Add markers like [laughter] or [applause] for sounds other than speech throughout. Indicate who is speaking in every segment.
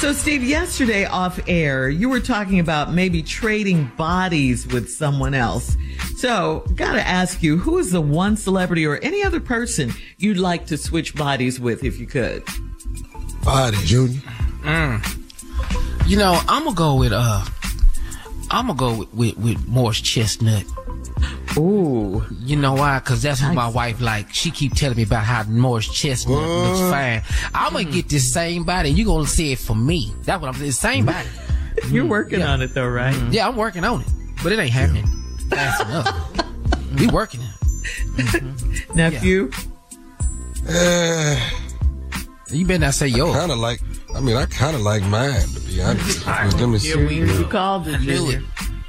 Speaker 1: So, Steve, yesterday off air, you were talking about maybe trading bodies with someone else. So, gotta ask you, who is the one celebrity or any other person you'd like to switch bodies with if you could?
Speaker 2: Body Junior.
Speaker 3: Mm. You know, I'm gonna go with uh, I'm gonna go with with, with Morris Chestnut.
Speaker 1: Ooh,
Speaker 3: you know why? Because that's what nice. my wife like. She keep telling me about how Morris Chestnut Whoa. looks fine. I'm gonna mm. get this same body. You gonna see it for me? That's what I'm saying. Same body.
Speaker 1: You're mm. working yeah. on it though, right?
Speaker 3: Mm. Yeah, I'm working on it, but it ain't happening yeah. fast enough. we working on it.
Speaker 1: Mm-hmm. Nephew.
Speaker 2: Yeah.
Speaker 3: Uh, you better not say yours.
Speaker 2: Kind of Eh, like. I mean, I kind of like mine to be honest.
Speaker 1: All right. Let me see. You, you called it. Junior.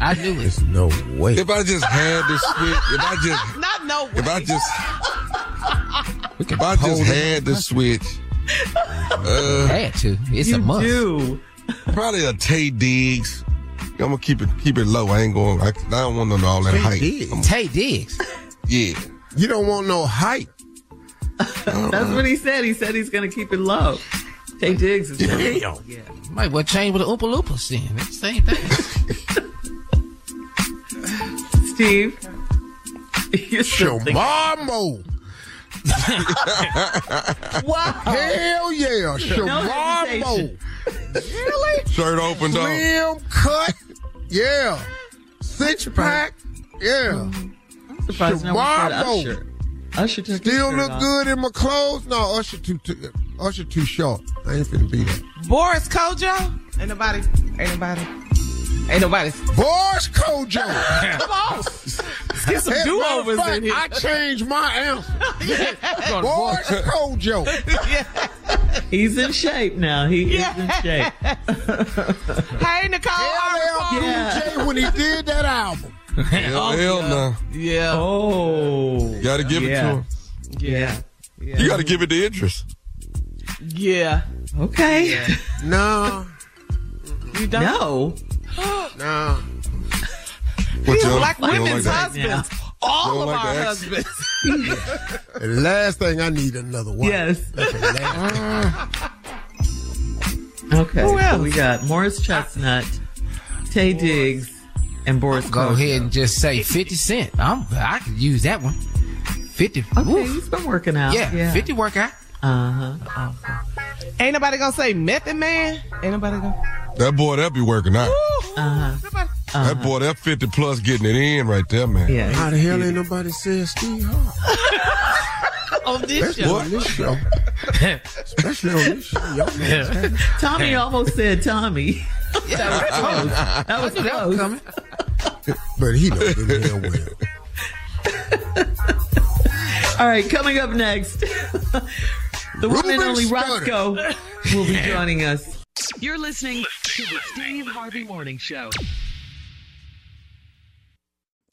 Speaker 3: I knew it.
Speaker 2: There's no way. If I just had
Speaker 4: [laughs]
Speaker 2: the switch, if I just
Speaker 4: not no way.
Speaker 2: If I just if I just had the switch,
Speaker 3: uh, had to. It's
Speaker 1: you
Speaker 3: a must.
Speaker 1: Do.
Speaker 2: Probably a Tay Diggs. I'm gonna keep it keep it low. I ain't going. I, I don't want no all that Tay height.
Speaker 3: Diggs. Tay Diggs.
Speaker 2: Yeah, you don't want no height.
Speaker 1: That's know. what he said. He said he's gonna keep it low. Tay Diggs is
Speaker 3: damn. Yeah. yeah, might well change with the Oompa Loompas then. That's the same thing.
Speaker 1: Steve.
Speaker 2: You're Your mama. [laughs]
Speaker 1: wow.
Speaker 2: Hell yeah. Shamamo.
Speaker 1: really?
Speaker 2: Shirt opened up.
Speaker 1: Slim
Speaker 2: cut. Yeah. Six pack. Yeah.
Speaker 4: Mm-hmm.
Speaker 1: I'm surprised Shamamo. No Usher. Usher
Speaker 2: Still look off. good in my clothes? No, Usher too, too, Usher too short. I ain't finna be that.
Speaker 4: Boris Kojo? Ain't nobody. Ain't nobody. Ain't nobody. [laughs]
Speaker 2: Boris Kojo.
Speaker 4: Come on. Let's get [laughs] some do overs in here. I
Speaker 2: changed
Speaker 4: [laughs]
Speaker 2: my answer. [laughs] Boris Kojo.
Speaker 1: yeah. He's in shape now. He yeah. is in shape.
Speaker 4: hey, Nicole.
Speaker 2: Yeah. when he did that album. Hell, hell no.
Speaker 4: Oh, Yeah.
Speaker 1: Oh.
Speaker 2: You got to give it to him.
Speaker 1: Yeah.
Speaker 2: You got to give it the interest.
Speaker 4: Yeah.
Speaker 1: Okay.
Speaker 2: No.
Speaker 4: You don't?
Speaker 1: No.
Speaker 2: no.
Speaker 4: What, These black like women's like husbands. Yeah. All of like our husbands.
Speaker 2: the last thing I need another one.
Speaker 1: Yes. okay. Who else? So we got Morris Chestnut, Tay Diggs, and Boris.
Speaker 3: Go ahead and just say Fifty Cent. I'm, I could use that one. Fifty.
Speaker 1: Okay, oof. he's been working out.
Speaker 3: Yeah, yeah. Fifty workout.
Speaker 1: Uh huh. Uh-huh.
Speaker 4: Ain't nobody gonna say Method Man. Ain't nobody gonna.
Speaker 2: That boy, that be working out.
Speaker 4: Uh-huh.
Speaker 5: That boy, that 50 plus getting it in right there, man.
Speaker 1: Yeah.
Speaker 2: How the hell ain't nobody said Steve Harvey?
Speaker 6: on this
Speaker 2: Especially on this show. Especially on this show. Y'all know what's happening.
Speaker 1: Tommy almost said Tommy. [laughs] that was close. That was close.
Speaker 6: coming.
Speaker 2: But he knows them damn well.
Speaker 1: All right, coming up next, [laughs] the one and
Speaker 2: Ruben
Speaker 1: only
Speaker 2: Studdard.
Speaker 1: Roscoe will be joining us.
Speaker 7: You're listening to the Steve Harvey Morning Show.